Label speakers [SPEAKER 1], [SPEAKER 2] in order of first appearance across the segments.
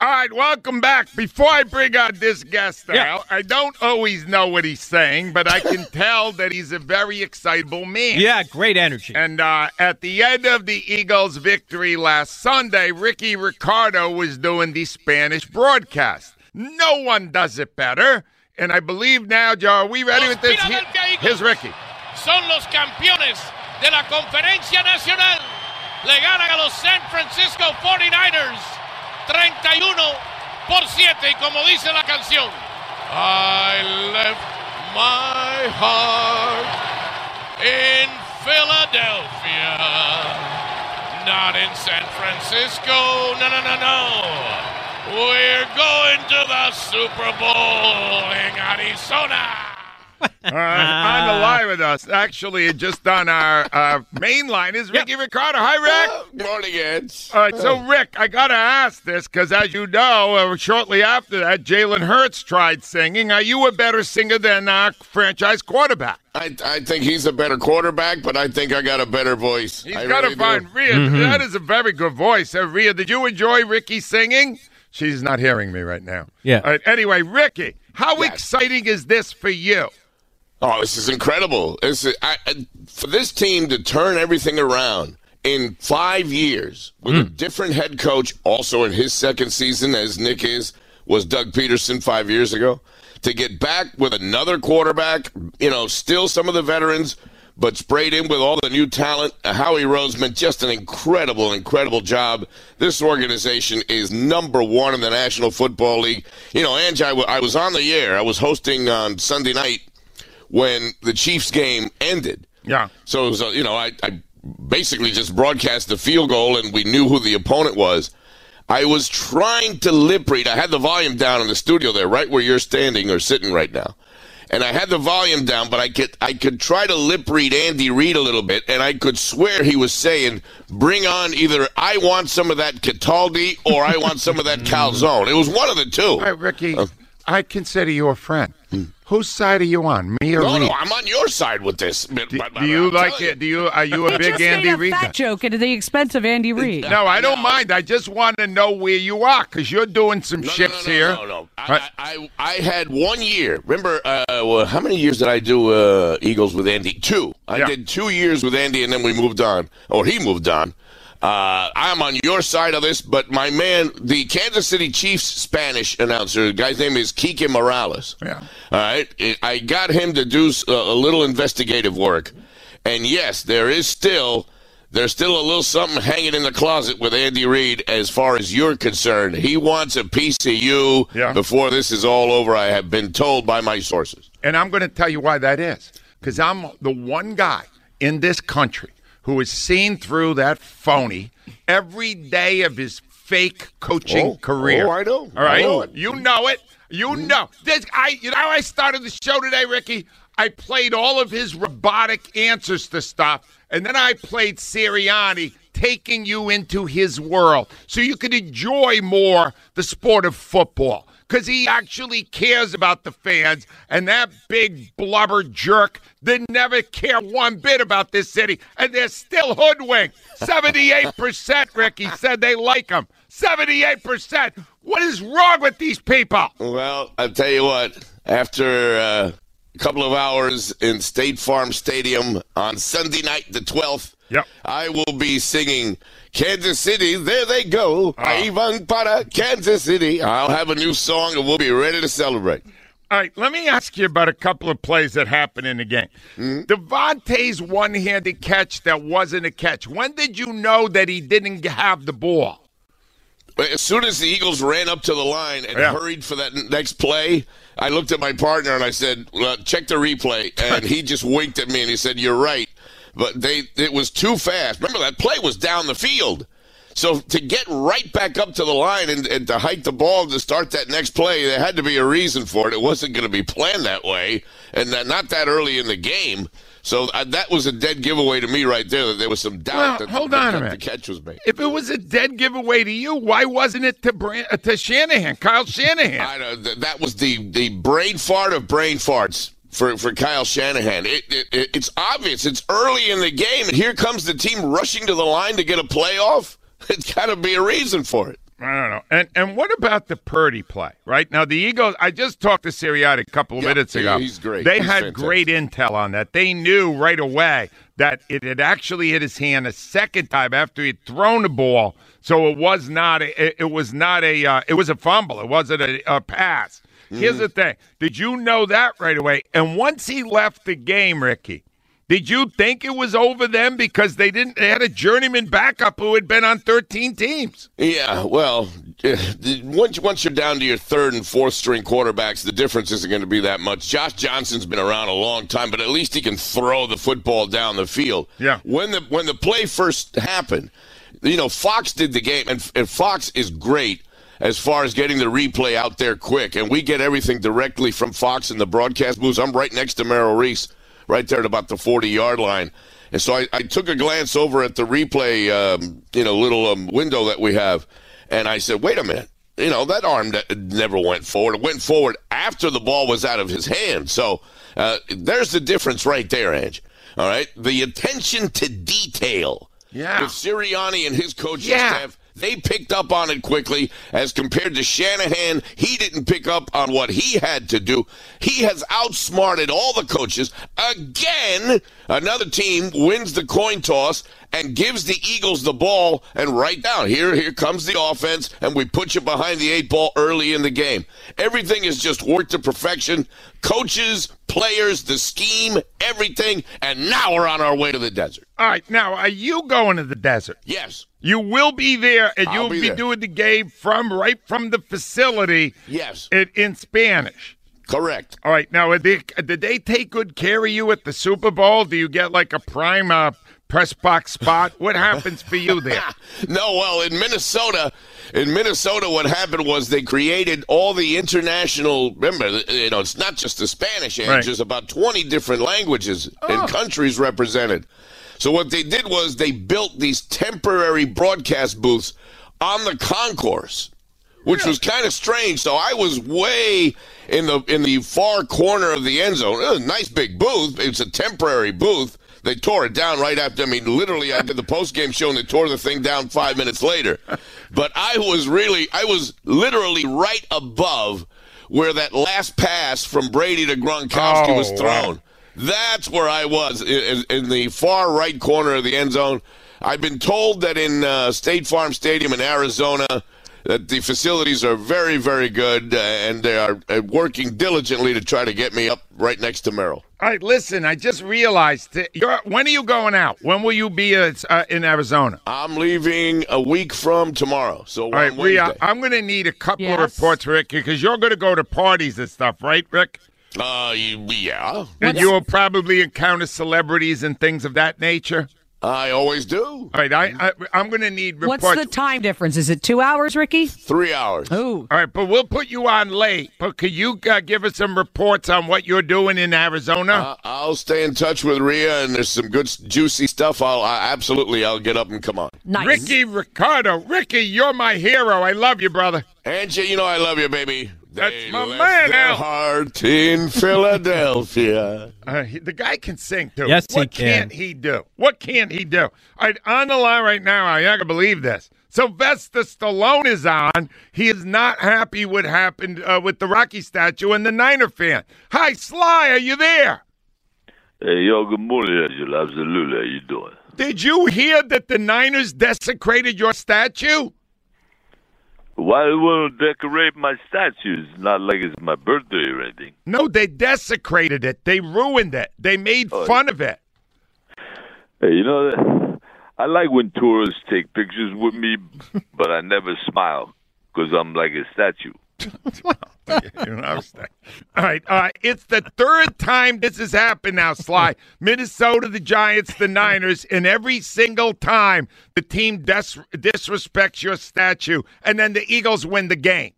[SPEAKER 1] All right, welcome back. Before I bring on this guest now, I don't always know what he's saying, but I can tell that he's a very excitable man.
[SPEAKER 2] Yeah, great energy.
[SPEAKER 1] And uh, at the end of the Eagles' victory last Sunday, Ricky Ricardo was doing the Spanish broadcast. No one does it better. And I believe now, Joe, are we ready
[SPEAKER 3] Los
[SPEAKER 1] with this?
[SPEAKER 3] Philadelphia
[SPEAKER 1] Here-
[SPEAKER 3] Eagles.
[SPEAKER 1] Here's Ricky.
[SPEAKER 3] son los campeones de la Conferencia Nacional. Le ganan a los San Francisco 49ers 31 por 7 y como dice la canción. I left my heart in Philadelphia, not in San Francisco. No, no, no, no. We're going to the Super Bowl in Arizona.
[SPEAKER 1] Uh, on the line with us, actually, just on our uh, main line is Ricky Ricardo. Hi, Rick.
[SPEAKER 4] Oh,
[SPEAKER 5] Morning, Edge.
[SPEAKER 1] All right, so Rick, I gotta ask this because, as you know, uh, shortly after that, Jalen Hurts tried singing. Are you a better singer than our franchise quarterback?
[SPEAKER 4] I, I think he's a better quarterback, but I think I got a better voice.
[SPEAKER 1] He's
[SPEAKER 4] I
[SPEAKER 1] gotta
[SPEAKER 4] really do.
[SPEAKER 1] find Rhea. That is a very good voice. Uh, Rhea, did you enjoy Ricky singing? She's not hearing me right now.
[SPEAKER 2] Yeah.
[SPEAKER 1] All right, anyway, Ricky, how exciting is this for you?
[SPEAKER 4] Oh, this is incredible! This is, I, I- for this team to turn everything around in five years with a different head coach, also in his second season as Nick is was Doug Peterson five years ago. To get back with another quarterback, you know, still some of the veterans, but sprayed in with all the new talent. Uh, Howie Roseman, just an incredible, incredible job. This organization is number one in the National Football League. You know, Angie, I wa- I was on the air. I was hosting on Sunday night when the Chiefs game ended.
[SPEAKER 1] Yeah.
[SPEAKER 4] So, so you know, I, I basically just broadcast the field goal, and we knew who the opponent was. I was trying to lip read. I had the volume down in the studio there, right where you're standing or sitting right now, and I had the volume down, but I could I could try to lip read Andy Reid a little bit, and I could swear he was saying, "Bring on either I want some of that Cataldi or I want some of that calzone." It was one of the two. Uh,
[SPEAKER 1] All right, Ricky, I consider you a friend. Whose side are you on, me or
[SPEAKER 4] Hmm. No,
[SPEAKER 1] Rhea?
[SPEAKER 4] no, I'm on your side with this. but-
[SPEAKER 1] do,
[SPEAKER 4] but-
[SPEAKER 1] do you
[SPEAKER 4] I'm
[SPEAKER 1] like
[SPEAKER 4] telling you.
[SPEAKER 1] it? Do you are you a big
[SPEAKER 6] just
[SPEAKER 1] Andy
[SPEAKER 6] made a
[SPEAKER 1] Reid? guy?
[SPEAKER 6] fat joke at the expense of Andy Reid.
[SPEAKER 1] No, I don't mind. I just want to know where you are because you're doing some
[SPEAKER 4] No, no,
[SPEAKER 1] shifts
[SPEAKER 4] no, no,
[SPEAKER 1] here.
[SPEAKER 4] No, no.
[SPEAKER 1] Right.
[SPEAKER 4] I, I, I I had one year. Remember, uh, well, how many years did I do uh, Eagles with Andy? Two. I
[SPEAKER 1] Yeah.
[SPEAKER 4] did two years with Andy, and then we moved on, or he moved on. Uh, I'm on your side of this, but my man, the Kansas City Chiefs Spanish announcer, the guy's name is Kike Morales.
[SPEAKER 1] Yeah.
[SPEAKER 4] All right. I got him to do s- a a little investigative work. And yes, there is still there's still a little something hanging in the closet with Andy Reid as far as you're concerned. He wants a piece of you
[SPEAKER 1] Yeah.
[SPEAKER 4] before this is all over, I have been told by my sources.
[SPEAKER 1] And I'm going to tell you why that is because I'm the one guy in this country who has seen through that phony every day of his fake coaching
[SPEAKER 4] Oh,
[SPEAKER 1] career.
[SPEAKER 4] oh, I know.
[SPEAKER 1] All right.
[SPEAKER 4] I know it. Mm-hmm.
[SPEAKER 1] You know it. You know. This, I, you know, how I started the show today, Ricky. I played all of his robotic answers to stuff, and then I played Sirianni taking you into his world so you could enjoy more the sport of football because he actually cares about the fans. And that big blubber jerk did never care one bit about this city, and they're still hoodwinked. 78%, Ricky said they like him. 78%. What is wrong with these people?
[SPEAKER 4] Well, I'll tell you what, after uh, a couple of hours in State Farm Stadium on Sunday night, the 12th,
[SPEAKER 1] Yep.
[SPEAKER 4] I will be singing Kansas City, there they go.
[SPEAKER 1] Ah.
[SPEAKER 4] Ivan Para, Kansas City. I'll have a new song and we'll be ready to celebrate.
[SPEAKER 1] All right, let me ask you about a couple of plays that happened in the game.
[SPEAKER 4] Hmm?
[SPEAKER 1] Devontae's one-handed catch that wasn't a catch. When did you know that he didn't have the ball?
[SPEAKER 4] But as soon as the Eagles ran up to the line and
[SPEAKER 1] Yeah.
[SPEAKER 4] hurried for that n- next play, I looked at my partner and I said, well, "Check the replay." And he just winked at me and he said, "You're right." But they it was too fast. Remember that play was down the field. So to get right back up to the line and, and to hike the ball to start that next play, there had to be a reason for it. It wasn't going to be planned that way, and that, not that early in the game. So uh, that was a dead giveaway to me right there that there was some doubt that,
[SPEAKER 1] Well, hold
[SPEAKER 4] that-
[SPEAKER 1] on a
[SPEAKER 4] that
[SPEAKER 1] minute.
[SPEAKER 4] the catch was made.
[SPEAKER 1] If it was a dead giveaway to you, why wasn't it to Bran- uh, to Shanahan, Kyle Shanahan?
[SPEAKER 4] I know th- that was the the brain fart of brain farts for, for Kyle Shanahan. It, it, it it's obvious. It's early in the game, and here comes the team rushing to the line to get a playoff. It's got to be a reason for it.
[SPEAKER 1] I don't know. And and what about the Purdy play? Right now, the Eagles. I just talked to Sirianni a couple of
[SPEAKER 4] Yeah,
[SPEAKER 1] minutes
[SPEAKER 4] he-
[SPEAKER 1] ago.
[SPEAKER 4] he's great.
[SPEAKER 1] They
[SPEAKER 4] He's
[SPEAKER 1] had
[SPEAKER 4] fantastic.
[SPEAKER 1] great intel on that. They knew right away that it had actually hit his hand a second time after he had thrown the ball. So it was not a. It, it was not a. Uh, it was a fumble. It wasn't a, a pass. Here's
[SPEAKER 4] Mm-hmm.
[SPEAKER 1] the thing. Did you know that right away? And once he left the game, Ricky. Did you think it was over then because they didn't? They had a journeyman backup who had been on 13 teams.
[SPEAKER 4] Yeah, well, the- once once you're down to your third and fourth string quarterbacks, the difference isn't going to be that much. Josh Johnson's been around a long time, but at least he can throw the football down the field.
[SPEAKER 1] Yeah.
[SPEAKER 4] When the when the play first happened, you know, Fox did the game, and, and Fox is great as far as getting the replay out there quick, and we get everything directly from Fox in the broadcast booth. I'm right next to Merrill Reese, right there at about the 40 yard line. And so I, I took a glance over at the replay, um, you know, little um, window that we have, and I said, "Wait a minute, you know, that arm that never went forward. It went forward after the ball was out of his hand. So uh, there's the difference right there, Edge. All right, the attention to detail.
[SPEAKER 1] Yeah.
[SPEAKER 4] With Sirianni and his coaching
[SPEAKER 1] Yeah.
[SPEAKER 4] staff, they picked up on it quickly as compared to Shanahan. He didn't pick up on what he had to do. He has outsmarted all the coaches. Again, another team wins the coin toss and gives the Eagles the ball and right down. Here, here comes the offense, and we put you behind the eight ball early in the game. Everything is just worked to perfection. Coaches, players, the scheme, everything, and now we're on our way to the desert.
[SPEAKER 1] All right, now are you going to the desert?
[SPEAKER 4] Yes.
[SPEAKER 1] You will be there, and
[SPEAKER 4] I'll
[SPEAKER 1] you'll
[SPEAKER 4] be
[SPEAKER 1] be,
[SPEAKER 4] there.
[SPEAKER 1] doing the game from right from the facility.
[SPEAKER 4] Yes.
[SPEAKER 1] in, in Spanish.
[SPEAKER 4] Correct.
[SPEAKER 1] All right, now are they, did they take good care of you at the Super Bowl? Do you get like a prime uh, press box spot? What happens for you there?
[SPEAKER 4] No, well, in Minnesota, in Minnesota, what happened was they created all the international. Remember, you know, it's not just the Spanish. Ange,
[SPEAKER 1] Right.
[SPEAKER 4] There's about twenty different languages and countries represented. So what they did was they built these temporary broadcast booths on the concourse, which was kind of strange. So I was way in the in the far corner of the end zone. It was a nice big booth. It's a temporary booth. They tore it down right after. I mean, literally, I did the post game show and they tore the thing down five minutes later. But I was really, I was literally right above where that last pass from Brady to Gronkowski
[SPEAKER 1] Oh,
[SPEAKER 4] was thrown.
[SPEAKER 1] wow.
[SPEAKER 4] That's where I was in, in the far right corner of the end zone. I've been told that in uh, State Farm Stadium in Arizona, that the facilities are very, very good, uh, and they are uh, working diligently to try to get me up right next to Merrill.
[SPEAKER 1] All right, listen, I just realized that you're, when are you going out? When will you be uh, it's, uh, in Arizona?
[SPEAKER 4] I'm leaving a week from tomorrow, so
[SPEAKER 1] All right,
[SPEAKER 4] on
[SPEAKER 1] we, uh,
[SPEAKER 4] Wednesday.
[SPEAKER 1] I'm going to need a couple
[SPEAKER 6] Yes.
[SPEAKER 1] of reports, Rick, because you're going to go to parties and stuff, right, Rick?
[SPEAKER 4] Uh, you- yeah,
[SPEAKER 1] And you will probably encounter celebrities and things of that nature.
[SPEAKER 4] I always do.
[SPEAKER 1] All right, I, I I'm going to need reports.
[SPEAKER 6] What's the time difference? Is it two hours, Ricky?
[SPEAKER 4] Three hours.
[SPEAKER 6] Ooh.
[SPEAKER 1] All right, but we'll put you on late. But could you uh, give us some reports on what you're doing in Arizona?
[SPEAKER 4] I- I'll stay in touch with Rhea, and there's some good, s- juicy stuff. I'll I, absolutely, I'll get up and come on.
[SPEAKER 6] Nice.
[SPEAKER 1] Ricky Ricardo, Ricky, you're my hero. I love you, brother.
[SPEAKER 4] Angie, you know I love you, baby.
[SPEAKER 1] That's
[SPEAKER 4] They
[SPEAKER 1] my
[SPEAKER 4] left
[SPEAKER 1] man,
[SPEAKER 4] their
[SPEAKER 1] Al.
[SPEAKER 4] Heart in Philadelphia.
[SPEAKER 1] Uh, he- the guy can sing too.
[SPEAKER 7] Yes, he
[SPEAKER 1] what
[SPEAKER 7] can.
[SPEAKER 1] not he do? What can't he do? All right, on the line right now. I gotta believe this. Sylvester Stallone is on. He is not happy what happened uh, with the Rocky statue and the Niner fan. Hi, Sly, are you there?
[SPEAKER 2] Hey, yo, good morning, Angela. Absolutely. How you doing?
[SPEAKER 1] Did you hear that the Niners desecrated your statue?
[SPEAKER 7] Why will decorate my statues? Not like it's my birthday or anything.
[SPEAKER 1] No, they desecrated it. They ruined it. They made fun of it.
[SPEAKER 7] Hey, you know, I like when tourists take pictures with me, but I never smile because I'm like a statue.
[SPEAKER 1] You know, I was like- all right, uh, it's the third time this has happened now, Sly. Minnesota, the Giants, the Niners, and every single time the team dis- disrespects your statue, and then the Eagles win the game.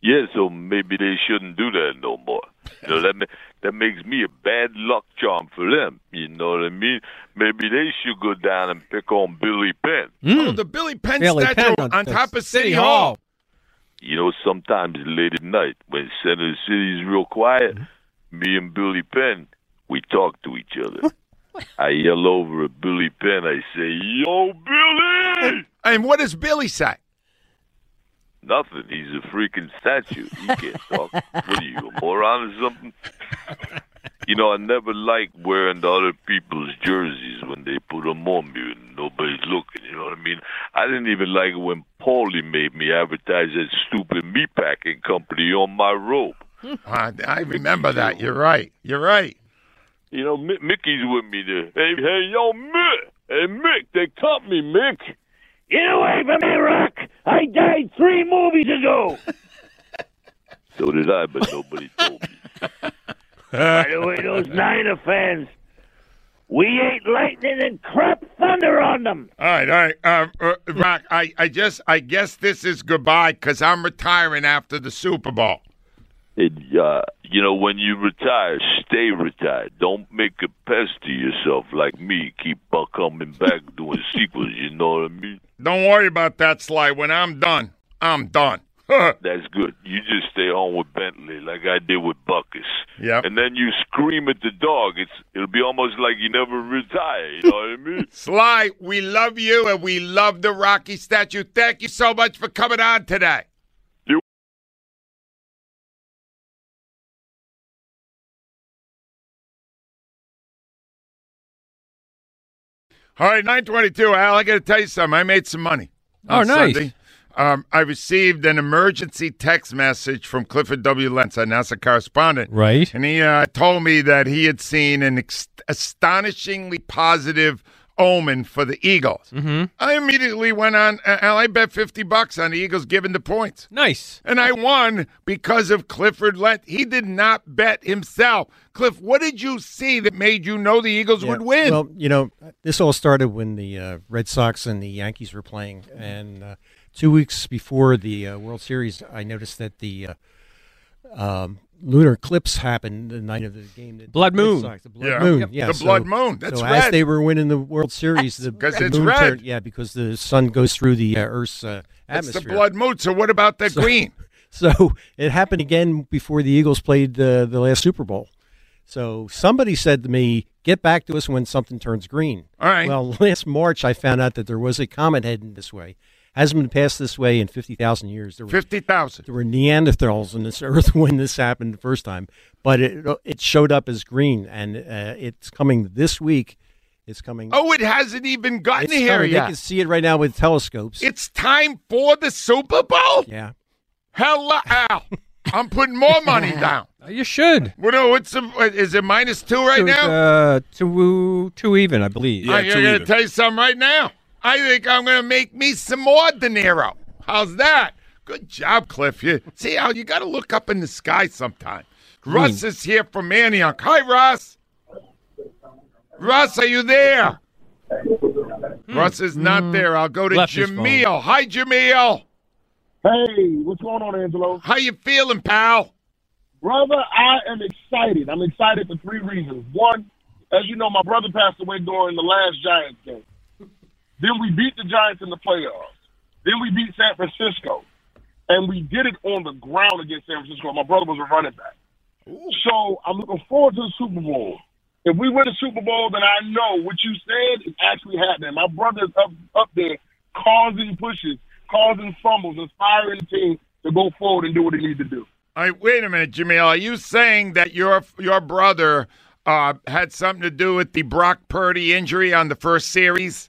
[SPEAKER 7] Yeah, so maybe they shouldn't do that no more. You know, that, ma- that makes me a bad luck charm for them. You know what I mean? Maybe they should go down and pick on Billy Penn.
[SPEAKER 1] Oh, the Billy Penn
[SPEAKER 2] Hmm. Billy
[SPEAKER 1] statue
[SPEAKER 2] Penn on
[SPEAKER 1] on
[SPEAKER 2] the
[SPEAKER 1] top of City
[SPEAKER 2] City
[SPEAKER 1] Hall.
[SPEAKER 2] Hall.
[SPEAKER 7] You know, sometimes late at night when Center City's real quiet, me and Billy Penn, we talk to each other. I yell over at Billy Penn. I say, "Yo, Billy!"
[SPEAKER 1] And what does Billy say?
[SPEAKER 7] Nothing. He's a freaking statue. He can't talk. what are you, a moron or something? You know, I never like wearing the other people's jerseys when they put them on me and nobody's looking. You know what I mean? I didn't even like it when Paulie made me advertise that stupid meat packing company on my robe.
[SPEAKER 1] Uh, I remember that. You're right. You're right.
[SPEAKER 7] You know, Mi Mickey's with me there. Hey, hey, yo, Mick. Hey, Mick, they caught me, Mick. Get away from me, Rock. I died three movies ago. so did I, but nobody told me. By the way, those Niner fans, we ain't lightning and crap thunder on them.
[SPEAKER 1] All right, all right, uh, uh, Rock. I, I just, I guess this is goodbye because I'm retiring after the Super Bowl.
[SPEAKER 7] It, uh, you know, when you retire, stay retired. Don't make a pest to yourself like me. Keep uh, coming back doing sequels, you know what I mean?
[SPEAKER 1] Don't worry about that, Sly. When I'm done, I'm done.
[SPEAKER 7] That's good. You just stay home with Bentley like I did with Buckus.
[SPEAKER 1] Yep.
[SPEAKER 7] And then you scream at the dog. It's it'll be almost like you never retire. You know what I mean?
[SPEAKER 1] Sly, we love you and we love the Rocky statue. Thank you so much for coming on today. All right, 922. Al, I got to tell you something. I made some money. on
[SPEAKER 2] Oh, nice.
[SPEAKER 1] Sunday. Um, I received an emergency text message from Clifford W. Lentz, our NASA correspondent.
[SPEAKER 2] Right.
[SPEAKER 1] And he uh, told me that he had seen an ex- astonishingly positive omen for the Eagles. Mm-hmm. I immediately went on, uh, Al, I bet 50 bucks on the Eagles giving the points.
[SPEAKER 2] Nice.
[SPEAKER 1] And I won because of Clifford Lent. He did not bet himself. Cliff, what did you see that made you know the Eagles would win?
[SPEAKER 8] Well, you know, this all started when the uh, Red Sox and the Yankees were playing, and uh, two weeks before the uh, World Series, I noticed that the uh, um, lunar eclipse happened the night of the game. that-
[SPEAKER 2] Blood
[SPEAKER 8] Red
[SPEAKER 2] moon.
[SPEAKER 8] Sox, the blood
[SPEAKER 1] Yeah.
[SPEAKER 8] moon.
[SPEAKER 1] Yep.
[SPEAKER 8] Yeah,
[SPEAKER 1] The
[SPEAKER 8] so-
[SPEAKER 1] blood moon. That's
[SPEAKER 8] so
[SPEAKER 1] red.
[SPEAKER 8] as they were winning the World Series, the,
[SPEAKER 1] 'Cause
[SPEAKER 8] the
[SPEAKER 1] it's
[SPEAKER 8] moon
[SPEAKER 1] red.
[SPEAKER 8] turned. Yeah, because the sun goes through the uh, Earth's uh,
[SPEAKER 1] That's the
[SPEAKER 8] atmosphere.
[SPEAKER 1] blood mood. So what about the green?
[SPEAKER 8] So it happened again before the Eagles played the, the last Super Bowl. So somebody said to me, "Get back to us when something turns green."
[SPEAKER 1] All right.
[SPEAKER 8] Well, last March I found out that there was a comet heading this way. Hasn't been passed this way in fifty thousand years. There were,
[SPEAKER 1] 50,000.
[SPEAKER 8] there were Neanderthals on this Earth when this happened the first time, but it it showed up as green, and uh, it's coming this week. It's coming.
[SPEAKER 1] Oh, it hasn't even gotten
[SPEAKER 8] it's
[SPEAKER 1] here
[SPEAKER 8] coming. They
[SPEAKER 1] yet.
[SPEAKER 8] can see it right now with telescopes.
[SPEAKER 1] It's time for the Super Bowl?
[SPEAKER 8] yeah.
[SPEAKER 1] Hello, Al. I'm putting more money down.
[SPEAKER 2] You should.
[SPEAKER 1] Well, no, what's the, what, is it minus two right
[SPEAKER 2] Two-
[SPEAKER 1] now?
[SPEAKER 2] Uh, two, two even, I believe.
[SPEAKER 1] I'm
[SPEAKER 5] two
[SPEAKER 1] going to
[SPEAKER 5] even.
[SPEAKER 1] tell you something right now. I think I'm going to make me some more De Niro. How's that? Good job, Cliff. You see, Al, you got to look up in the sky sometime.
[SPEAKER 5] Hmm.
[SPEAKER 1] Russ is here from Manioc. Hi, Russ. Russ, are you there?
[SPEAKER 5] Hmm.
[SPEAKER 1] Russ is not there. I'll go to
[SPEAKER 2] Left his
[SPEAKER 1] Jameel. Hi, Jameel.
[SPEAKER 9] Hey, what's going on, Angelo?
[SPEAKER 1] How you feeling, pal?
[SPEAKER 9] Brother, I am excited. I'm excited for three reasons. One, as you know, my brother passed away during the last Giants game. Then we beat the Giants in the playoffs. Then we beat San Francisco. And we did it on the ground against San Francisco. My brother was a running back. So I'm looking forward to the Super Bowl. If we win the Super Bowl, then I know what you said is actually happening. My brother's up up there causing pushes, causing fumbles, inspiring the team to go forward and do what they need to do.
[SPEAKER 1] All right, wait a minute, Jamil. Are you saying that your your brother uh, had something to do with the Brock Purdy injury on the first series?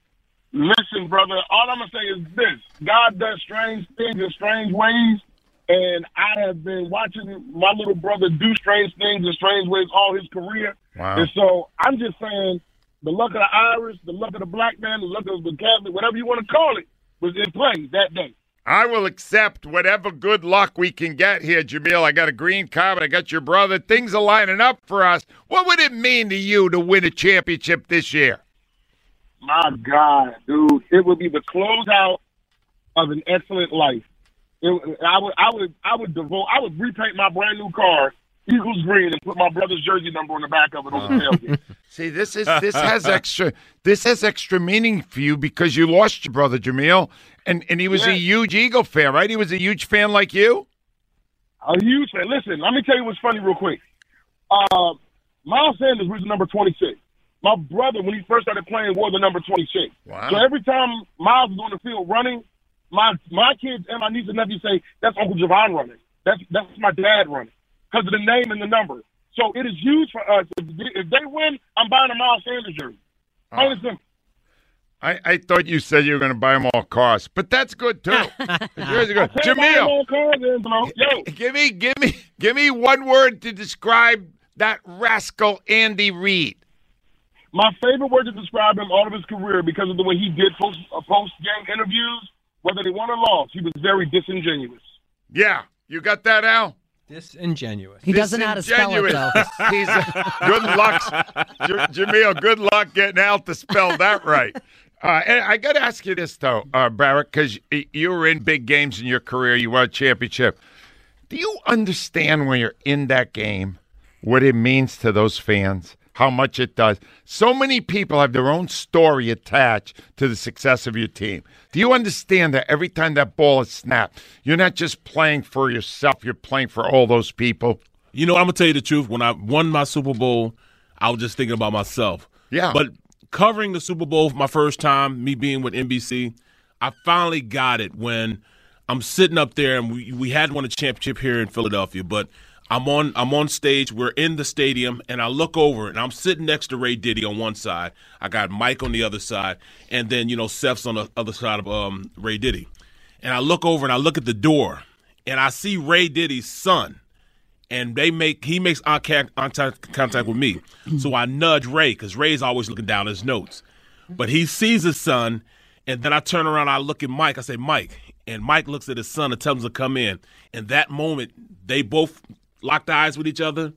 [SPEAKER 9] Listen, brother, all I'm gonna say is this: God does strange things in strange ways, and I have been watching my little brother do strange things in strange ways all his career.
[SPEAKER 10] Wow.
[SPEAKER 9] And so I'm just saying, the luck of the Irish, the luck of the black man, the luck of the Catholic, whatever you want to call it, was in play that day.
[SPEAKER 1] I will accept whatever good luck we can get here, Jamil. I got a green card. I got your brother. Things are lining up for us. What would it mean to you to win a championship this year?
[SPEAKER 9] My God, dude, it would be the closeout of an excellent life. It, I would, I would, I would devote, I would repaint my brand new car Eagles green and put my brother's jersey number on the back of it on the tailgate.
[SPEAKER 1] See, this is this has extra this has extra meaning for you because you lost your brother Jamil, and and he was a
[SPEAKER 9] Yeah.
[SPEAKER 1] huge Eagle fan, right? He was a huge fan like you.
[SPEAKER 9] A huge fan. Listen, let me tell you what's funny real quick. Uh, Miles Sanders was the number 26. My brother, when he first started playing, wore the number 26.
[SPEAKER 1] Wow.
[SPEAKER 9] So every time Miles was on the field running, my my kids and my niece and nephew say, that's Uncle Javon running. That's, that's my dad running because of the name and the number. So it is huge for us. If they, if they win, I'm buying a Miles Sanders jersey. Plain and simple.
[SPEAKER 1] I, I thought you said you were going to buy him all cars, but that's good too. Yours are good.
[SPEAKER 9] I can't buy them all
[SPEAKER 1] Jamil,
[SPEAKER 9] cars, Angelo. Yo.
[SPEAKER 1] give me give me give me one word to describe that rascal Andy Reid.
[SPEAKER 9] My favorite word to describe him all of his career because of the way he did post uh, post game interviews, whether they won or lost, he was very disingenuous.
[SPEAKER 1] Yeah, you got that, Al.
[SPEAKER 2] Disingenuous.
[SPEAKER 6] He doesn't know how to spell it, though.
[SPEAKER 1] Disingenuous. He's good luck, J- Jamil. Good luck getting Al to spell that right. Uh, and I got to ask you this though, uh, Barrett, because you were in big games in your career. You won a championship. Do you understand when you're in that game what it means to those fans? How much it does. So many people have their own story attached to the success of your team. Do you understand that every time that ball is snapped, you're not just playing for yourself, you're playing for all those people?
[SPEAKER 11] You know, I'm gonna tell you the truth. When I won my Super Bowl, I was just thinking about myself.
[SPEAKER 1] Yeah.
[SPEAKER 11] But covering the Super Bowl for my first time, me being with NBC, I finally got it when I'm sitting up there and we, we had won a championship here in Philadelphia, but I'm on I'm on stage, we're in the stadium, and I look over and I'm sitting next to Ray Diddy on one side. I got Mike on the other side, and then, you know, Seth's on the other side of um, Ray Diddy. And I look over and I look at the door and I see Ray Diddy's son and they make he makes eye ca- contact contact with me. So I nudge Ray because Ray's always looking down his notes, but he sees his son, and then I turn around, I look at Mike, I say Mike, and Mike looks at his son and tells him to come in. And that moment, they both locked eyes with each other.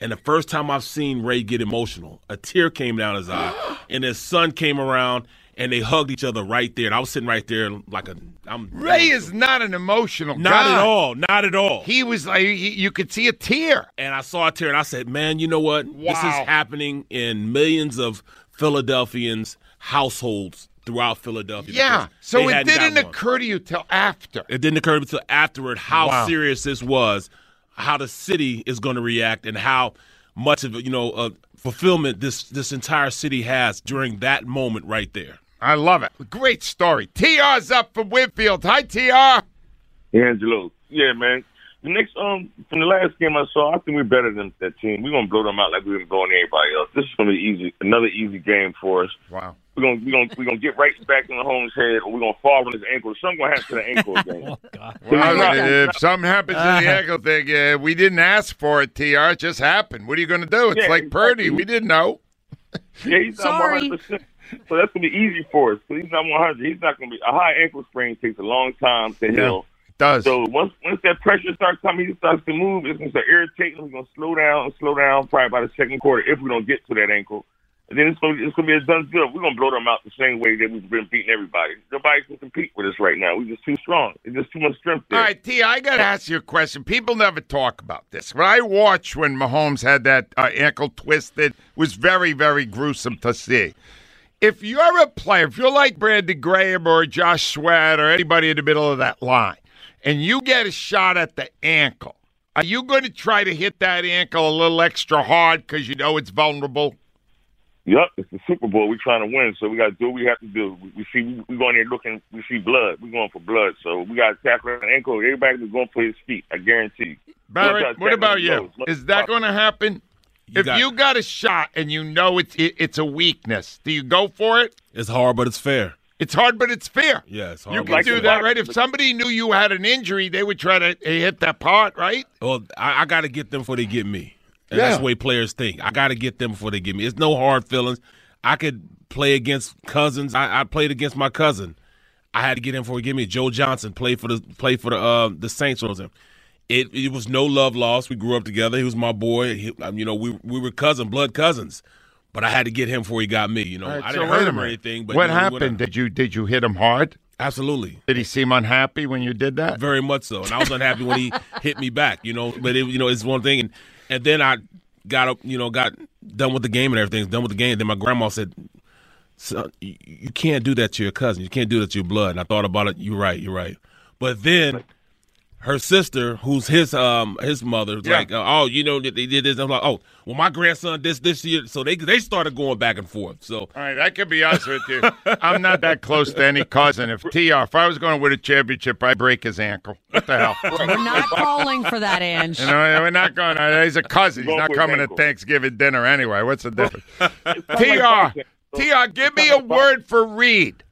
[SPEAKER 11] And the first time I've seen Ray get emotional, a tear came down his eye, and his son came around, and they hugged each other right there. And I was sitting right there, like a I'm
[SPEAKER 1] Ray is not an emotional
[SPEAKER 11] Not
[SPEAKER 1] guy.
[SPEAKER 11] at all. Not at all.
[SPEAKER 1] He was like, you- you could see a tear.
[SPEAKER 11] And I saw a tear, and I said, "Man, you know what? This
[SPEAKER 1] Wow.
[SPEAKER 11] is happening in millions of Philadelphians' households throughout Philadelphia."
[SPEAKER 1] Yeah.
[SPEAKER 11] because
[SPEAKER 1] So
[SPEAKER 11] they
[SPEAKER 1] it
[SPEAKER 11] hadn't
[SPEAKER 1] didn't
[SPEAKER 11] got one.
[SPEAKER 1] occur to you till after.
[SPEAKER 11] It didn't occur to me until afterward how
[SPEAKER 1] Wow.
[SPEAKER 11] serious this was, how the city is going to react, and how much of you know uh, fulfillment this this entire city has during that moment right there.
[SPEAKER 1] I love it. Great story. TR's up from Winfield. Hi, TR.
[SPEAKER 10] Angelo.
[SPEAKER 9] Yeah, man.
[SPEAKER 10] The next um from the last game I saw, I think we're better than that team. We're gonna blow them out like we've been blowing everybody else. This is gonna be easy another easy game for us.
[SPEAKER 1] Wow.
[SPEAKER 10] We're gonna we're gonna we're gonna get right back in the home's head or we're gonna fall on his ankle. Something gonna happen to the ankle again.
[SPEAKER 1] Well, if something happens to the
[SPEAKER 10] Uh.
[SPEAKER 1] ankle thing, uh, we didn't ask for it, TR. It just happened. What are you going to do? It's
[SPEAKER 10] Yeah,
[SPEAKER 1] like Purdy. We didn't know.
[SPEAKER 10] Yeah, he's not
[SPEAKER 1] Sorry.
[SPEAKER 10] one hundred percent. So that's gonna be easy for us. 'cause He's not one hundred. He's not gonna be a high ankle sprain takes a long time to heal.
[SPEAKER 1] It does.
[SPEAKER 10] So once once that pressure starts coming, he starts to move. It's gonna start irritating. We're gonna slow down and slow down probably by the second quarter if we don't get to that ankle. And then it's gonna it's gonna be a done deal. We're gonna blow them out the same way that we've been beating everybody. Nobody can compete with us right now. We're just too strong. It's just too much strength there.
[SPEAKER 1] All right, T, I got to ask you a question. People never talk about this. What I watched when Mahomes had that uh, ankle twisted was very, very gruesome to see. If you're a player, if you're like Brandon Graham or Josh Sweat or anybody in the middle of that line, and you get a shot at the ankle, are you going to try to hit that ankle a little extra hard because you know it's vulnerable?
[SPEAKER 10] Yep, it's the Super Bowl. We're trying to win, so we got to do what we have to do. We, we see we going there looking. We see blood. We're going for blood, so we got to tackle an ankle. Everybody was going for his feet. I guarantee. you.
[SPEAKER 1] Barrett, what about you? Is that going to happen? if you got a shot and you know it's it, it's a weakness, do you go for it?
[SPEAKER 11] It's hard, but it's fair.
[SPEAKER 1] It's hard, but it's fair.
[SPEAKER 11] Yeah, it's hard.
[SPEAKER 1] You
[SPEAKER 11] but
[SPEAKER 1] can
[SPEAKER 11] it's
[SPEAKER 1] do
[SPEAKER 11] fair.
[SPEAKER 1] that, right? If somebody knew you had an injury, they would try to eh, hit that part, right?
[SPEAKER 11] Well, I, I got to get them before they get me. And
[SPEAKER 1] Yeah.
[SPEAKER 11] That's the way players think. I got to get them before they get me. It's no hard feelings. I could play against cousins. I, I played against my cousin. I had to get him before he get me. Joe Johnson played for the played for the uh, the Saints. when I Was him. It it was no love lost. We grew up together. He was my boy. He, um, you know, we we were cousin, blood cousins. But I had to get him before he got me. You know,
[SPEAKER 1] All right,
[SPEAKER 11] I
[SPEAKER 1] so
[SPEAKER 11] didn't
[SPEAKER 1] wait
[SPEAKER 11] hurt
[SPEAKER 1] a
[SPEAKER 11] him or
[SPEAKER 1] minute.
[SPEAKER 11] anything. But
[SPEAKER 1] what
[SPEAKER 11] you know, we went
[SPEAKER 1] happened? Did you did you hit him hard?
[SPEAKER 11] Absolutely.
[SPEAKER 1] Did he seem unhappy when you did that?
[SPEAKER 11] Very much so, and I was unhappy when he hit me back. You know, but it, you know it's one thing, and and then I got up, you know, got done with the game and everything's done with the game. Then my grandma said, "Son, you, you can't do that to your cousin. You can't do that to your blood." And I thought about it. You're right. You're right. But then her sister, who's his um his mother, was
[SPEAKER 1] Yeah.
[SPEAKER 11] like, "Oh, you know that they did this." I'm like, "Oh, well, my grandson this this year." So they they started going back and forth. So
[SPEAKER 1] All right, I can be honest with you. I'm not that close to any cousin. If TR, if I was going to win a championship, I'd break his ankle. What the hell?
[SPEAKER 6] We're not calling for that, Ange.
[SPEAKER 1] You know, we're not going. To, he's a cousin. He's not coming to Thanksgiving dinner anyway. What's the difference? Tr, Tr, give me a word for Reed.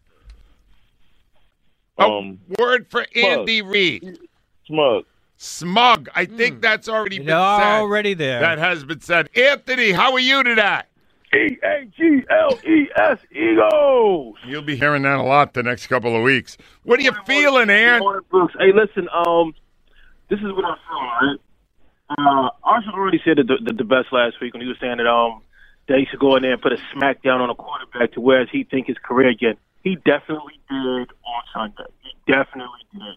[SPEAKER 1] A word for Andy Reed.
[SPEAKER 10] Um, Smug.
[SPEAKER 1] Smug. I think that's already been said.
[SPEAKER 2] Hmm. already there.
[SPEAKER 1] That has been said. Anthony, how are you today?
[SPEAKER 10] E A G L E S Eagles.
[SPEAKER 1] You'll be hearing that a lot the next couple of weeks. What are you feeling, Aaron?
[SPEAKER 10] Brooks. Hey, listen. Um, this is what I feel. All right. Uh, Arthur already said it the, the, the best last week when he was saying that um that he should go in there and put a smack down on a quarterback to whereas he think his career again. He definitely did on Sunday. He definitely did.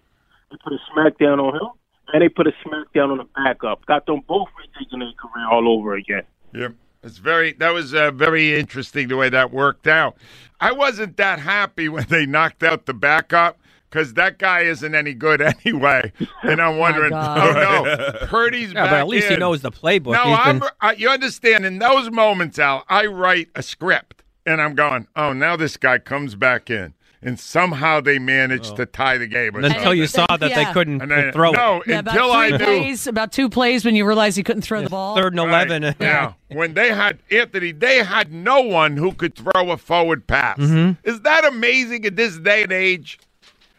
[SPEAKER 10] They put a smack down on him, and they put a smack down on the backup. Got them both retaking their career all over again.
[SPEAKER 1] Yep. It's very that was uh, very interesting the way that worked out. I wasn't that happy when they knocked out the backup because that guy isn't any good anyway. And I'm wondering, oh no, Purdy's
[SPEAKER 2] Yeah,
[SPEAKER 1] back.
[SPEAKER 2] but at least he
[SPEAKER 1] in.
[SPEAKER 2] knows the playbook.
[SPEAKER 1] No,
[SPEAKER 2] He's
[SPEAKER 1] I'm,
[SPEAKER 2] been-
[SPEAKER 1] I, you understand. In those moments, Al, I write a script, and I'm going, oh, now this guy comes back in, and somehow they managed to tie the game. or
[SPEAKER 2] Oh. And until you
[SPEAKER 1] something.
[SPEAKER 2] saw that they Yeah. couldn't
[SPEAKER 1] And then-
[SPEAKER 2] throw it.
[SPEAKER 1] No,
[SPEAKER 6] Yeah, about
[SPEAKER 1] until
[SPEAKER 6] two
[SPEAKER 1] I knew.
[SPEAKER 6] plays, about two plays when you realize you couldn't throw the ball.
[SPEAKER 2] third and
[SPEAKER 1] Right.
[SPEAKER 2] 11.
[SPEAKER 1] Now, when they had Anthony, they had no one who could throw a forward pass.
[SPEAKER 2] Mm-hmm.
[SPEAKER 1] Is that amazing at this day and age?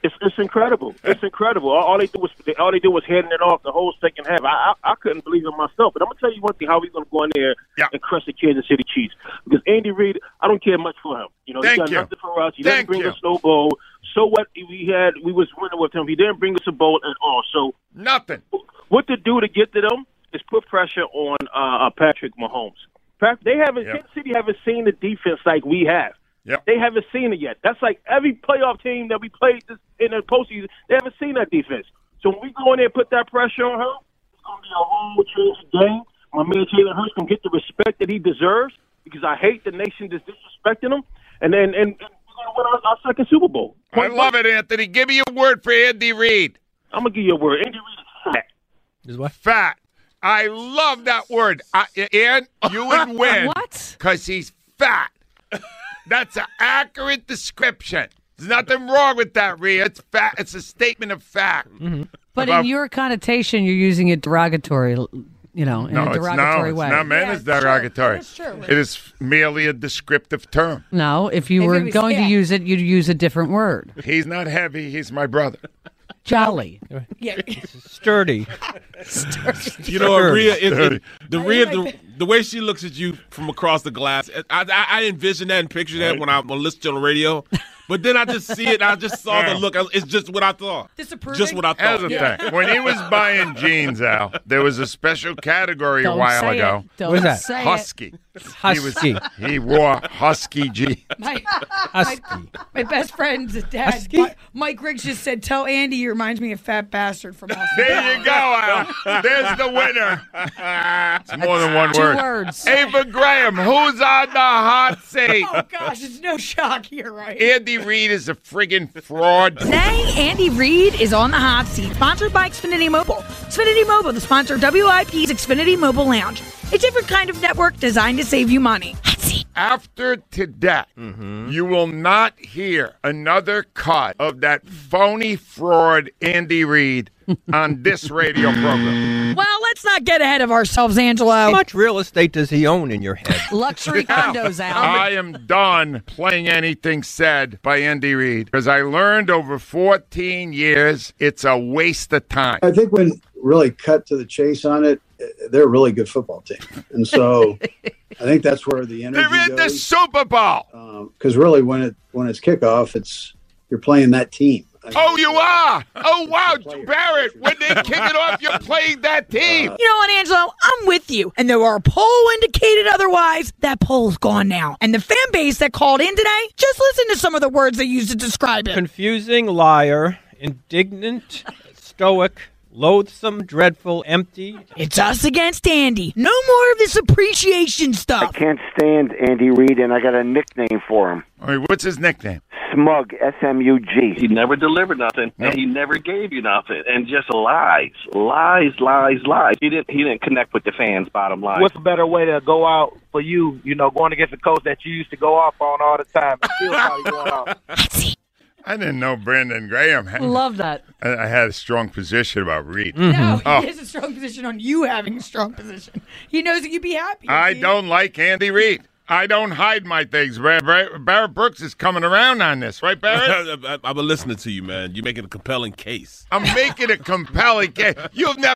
[SPEAKER 10] It's, it's incredible. It's incredible. All, all they do was they, all they do was handing it off the whole second half. I, I I couldn't believe it myself. But I'm gonna tell you one thing: how we gonna go in there and crush the Kansas City Chiefs? Because Andy Reid, I don't care much for him. You know,
[SPEAKER 1] Thank
[SPEAKER 10] he got
[SPEAKER 1] you.
[SPEAKER 10] nothing for us. He
[SPEAKER 1] Thank
[SPEAKER 10] didn't bring
[SPEAKER 1] you.
[SPEAKER 10] us no bowl. So what? We had we was winning with him. He didn't bring us a bowl at all. So
[SPEAKER 1] nothing.
[SPEAKER 10] What to do to get to them is put pressure on uh, uh, Patrick Mahomes. Pat- They haven't
[SPEAKER 1] Yeah.
[SPEAKER 10] Kansas City haven't seen the defense like we have. They haven't seen it yet. That's like every playoff team that we played this, in the postseason. They haven't seen that defense. So when we go in there and put that pressure on him, it's going to be a whole change of game. My man Jalen Hurts can get the respect that he deserves because I hate the nation that's disrespecting him. And then and, and we're going to win our, our second Super Bowl.
[SPEAKER 1] I love it, Anthony. Give me a word for Andy Reid.
[SPEAKER 10] I'm gonna give you a word. Andy Reid is fat.
[SPEAKER 2] Is what?
[SPEAKER 1] Fat. I love that word. I, and you would win.
[SPEAKER 6] what?
[SPEAKER 1] Because he's fat. That's an accurate description. There's nothing wrong with that, Reid. It's fat. It's a statement of fact.
[SPEAKER 6] Mm-hmm. But
[SPEAKER 1] About-
[SPEAKER 6] in your connotation, you're using it derogatory, you know, in
[SPEAKER 1] no,
[SPEAKER 6] a
[SPEAKER 1] it's
[SPEAKER 6] derogatory
[SPEAKER 1] no,
[SPEAKER 6] way.
[SPEAKER 1] It's not meant as derogatory. It is merely a descriptive term.
[SPEAKER 6] No, if you
[SPEAKER 1] If
[SPEAKER 6] were
[SPEAKER 1] it was
[SPEAKER 6] going
[SPEAKER 1] fat.
[SPEAKER 6] to use it, you'd use a different word.
[SPEAKER 1] He's not heavy. He's my brother.
[SPEAKER 6] Jolly.
[SPEAKER 12] Yeah.
[SPEAKER 2] Sturdy.
[SPEAKER 11] You know, Rhea, it, it, the
[SPEAKER 12] I
[SPEAKER 11] Rhea,
[SPEAKER 12] like
[SPEAKER 11] the, the way she looks at you from across the glass, I, I, I envision that and picture that when I when I listen to the radio. But then I just see it. I just saw the look. I- It's just what I thought.
[SPEAKER 12] Disapproving?
[SPEAKER 11] Just what I
[SPEAKER 1] Here's
[SPEAKER 11] thought.
[SPEAKER 1] the thing. When he was buying jeans, Al, there was a special category a
[SPEAKER 12] Don't
[SPEAKER 1] while
[SPEAKER 12] say
[SPEAKER 1] ago.
[SPEAKER 12] it. Don't What is that? say it.
[SPEAKER 1] Husky. He,
[SPEAKER 12] Husky.
[SPEAKER 1] was, he wore husky jeans.
[SPEAKER 12] My, my, my best friend's dad, Mi- Mike Riggs, just said, "Tell Andy he reminds me of Fat Bastard from Austin."
[SPEAKER 1] There you go, Al. There's the winner. It's more than one
[SPEAKER 12] Two
[SPEAKER 1] word.
[SPEAKER 12] words.
[SPEAKER 1] Ava Graham, who's on the hot seat?
[SPEAKER 12] Oh gosh, it's no shock here, right?
[SPEAKER 1] Andy Reid is a friggin' fraud.
[SPEAKER 12] Today, Andy Reid is on the hot seat, sponsored by Xfinity Mobile. Xfinity Mobile, the sponsor of WIP's Xfinity Mobile Lounge, a different kind of network designed to save you money. Hot seat.
[SPEAKER 1] after today, you will not hear another cut of that phony fraud Andy Reid on this radio program.
[SPEAKER 12] Well, let's not get ahead of ourselves, Angelo.
[SPEAKER 2] How much real estate does he own in your head?
[SPEAKER 12] Luxury condos, Al.
[SPEAKER 1] I am done playing anything said by Andy Reid because I learned over 14 years it's a waste of time.
[SPEAKER 13] I think when really cut to the chase on it, eh, they're a really good football team, and so I think that's where the energy
[SPEAKER 1] They're in the Super Bowl.
[SPEAKER 13] because really when it when it's kickoff, it's you're playing that team.
[SPEAKER 1] Oh, you are! Oh, wow, Barrett, when they kick it off, you're playing that
[SPEAKER 14] Uh.
[SPEAKER 1] team.
[SPEAKER 12] You know what, Angelo? I'm with you. And though our poll indicated otherwise, that poll's gone now. And the fan base that called in today, just listen to some of the words they used to describe it.
[SPEAKER 2] Confusing liar, indignant, stoic, loathsome, dreadful, empty.
[SPEAKER 12] It's us against Andy. No more of this appreciation stuff.
[SPEAKER 14] Can't stand Andy Reid, and I got a nickname for him.
[SPEAKER 1] All right, what's his nickname?
[SPEAKER 14] Smug, S M U G.
[SPEAKER 15] He never delivered nothing, and he never gave you nothing, and just lies, lies, lies, lies. He didn't, he didn't connect with the fans. Bottom line.
[SPEAKER 16] What's a better way to go out for you, you know, going against a coach that you used to go off on all the time and still probably going off?
[SPEAKER 1] I didn't know Brandon Graham had.
[SPEAKER 12] Love that.
[SPEAKER 1] I I had a strong position about Reed.
[SPEAKER 12] No,
[SPEAKER 1] Oh,
[SPEAKER 12] he has a strong position on you having a strong position. He knows that you'd be happy.
[SPEAKER 1] I don't like Andy Reid. I don't hide my things. Bar- Bar- Barrett Brooks is coming around on this, right, Barrett?
[SPEAKER 11] I, I've been listening to you, man. You're making a compelling case.
[SPEAKER 1] I'm making a compelling case. You've never.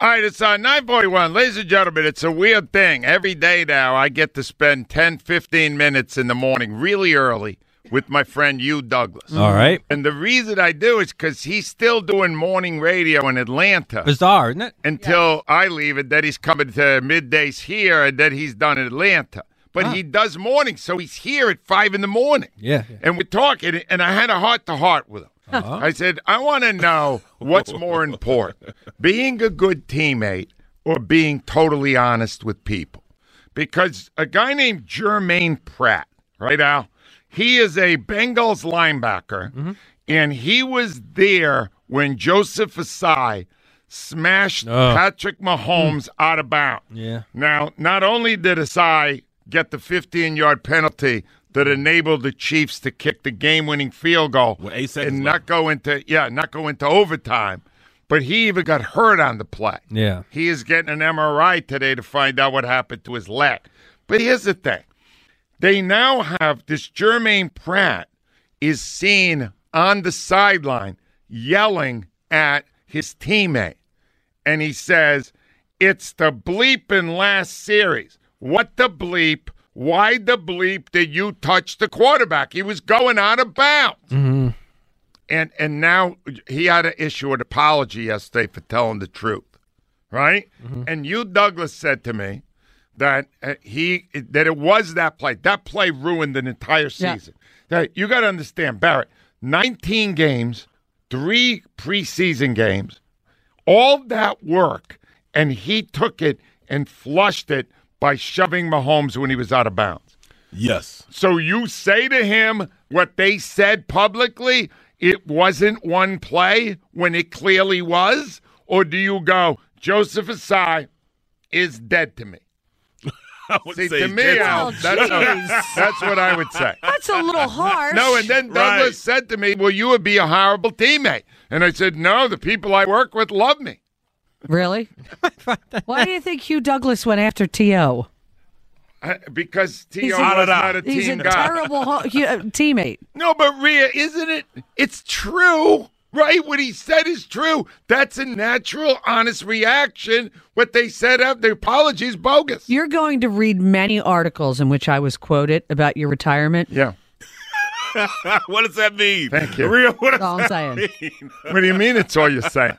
[SPEAKER 1] All right, it's uh, 941. Ladies and gentlemen, it's a weird thing. Every day now, I get to spend 10, 15 minutes in the morning, really early, with my friend Hugh Douglas.
[SPEAKER 2] All right.
[SPEAKER 1] And the reason I do is because he's still doing morning radio in Atlanta.
[SPEAKER 2] Bizarre, isn't it?
[SPEAKER 1] Until I leave, and then he's coming to middays here, and then he's done in Atlanta. But
[SPEAKER 2] Ah.
[SPEAKER 1] he does morning, so he's here at 5 in the morning.
[SPEAKER 2] Yeah.
[SPEAKER 1] And we're talking, and I had a heart to heart with him.
[SPEAKER 2] Uh-huh.
[SPEAKER 1] I said, I want to know what's more important being a good teammate or being totally honest with people. Because a guy named Jermaine Pratt, right, Al, he is a Bengals linebacker,
[SPEAKER 2] Mm-hmm.
[SPEAKER 1] and he was there when Joseph Asai smashed
[SPEAKER 2] Oh.
[SPEAKER 1] Patrick Mahomes out of bounds.
[SPEAKER 2] Yeah.
[SPEAKER 1] Now, not only did Asai get the 15 yard penalty that enabled the Chiefs to kick the game winning field goal and not go into yeah, not go into overtime, but he even got hurt on the play.
[SPEAKER 2] Yeah.
[SPEAKER 1] He is getting an MRI today to find out what happened to his leg. But here's the thing. They now have this Jermaine Pratt is seen on the sideline yelling at his teammate. And he says, It's the bleep in last series. What the bleep? Why the bleep did you touch the quarterback? He was going out of bounds
[SPEAKER 2] Mm-hmm.
[SPEAKER 1] and and now he had to issue an apology yesterday for telling the truth, right? And you Douglas said to me that uh, he that it was that play. That play ruined an entire
[SPEAKER 17] Yeah.
[SPEAKER 1] season. Now, you got to understand, Barrett. Nineteen games, three preseason games, all that work, and he took it and flushed it by shoving Mahomes when he was out of bounds.
[SPEAKER 11] Yes.
[SPEAKER 1] So you say to him what they said publicly, it wasn't one play when it clearly was? Or do you go, Joseph Asai is dead to me?
[SPEAKER 11] say
[SPEAKER 1] See, to
[SPEAKER 11] he's
[SPEAKER 1] me,
[SPEAKER 11] dead to
[SPEAKER 1] Al,
[SPEAKER 6] Oh,
[SPEAKER 11] me.
[SPEAKER 1] that's,
[SPEAKER 11] Jeez.
[SPEAKER 1] that's what I would say.
[SPEAKER 12] That's a little harsh.
[SPEAKER 1] No, and then Douglas
[SPEAKER 11] Right.
[SPEAKER 1] said to me, Well, you would be a horrible teammate. And I said, No, the people I work with love me.
[SPEAKER 6] Really? Why do you think Hugh Douglas went after T.O.?
[SPEAKER 1] I- Uh, because
[SPEAKER 6] He's
[SPEAKER 1] T.O.
[SPEAKER 6] a-
[SPEAKER 1] was not a
[SPEAKER 6] He's a
[SPEAKER 1] team guy.
[SPEAKER 6] terrible ho- Hugh- uh, teammate.
[SPEAKER 1] No, but Rhea, isn't it? It's true, right? What he said is true. That's a natural, honest reaction. What they said up, the apology is bogus.
[SPEAKER 6] You're going to read many articles in which I was quoted about your retirement.
[SPEAKER 1] Yeah.
[SPEAKER 11] what does that mean?
[SPEAKER 1] Thank you.
[SPEAKER 11] Real, what does
[SPEAKER 6] That's all I'm
[SPEAKER 11] that
[SPEAKER 6] saying.
[SPEAKER 11] mean?
[SPEAKER 1] What do you mean? It's all you're saying.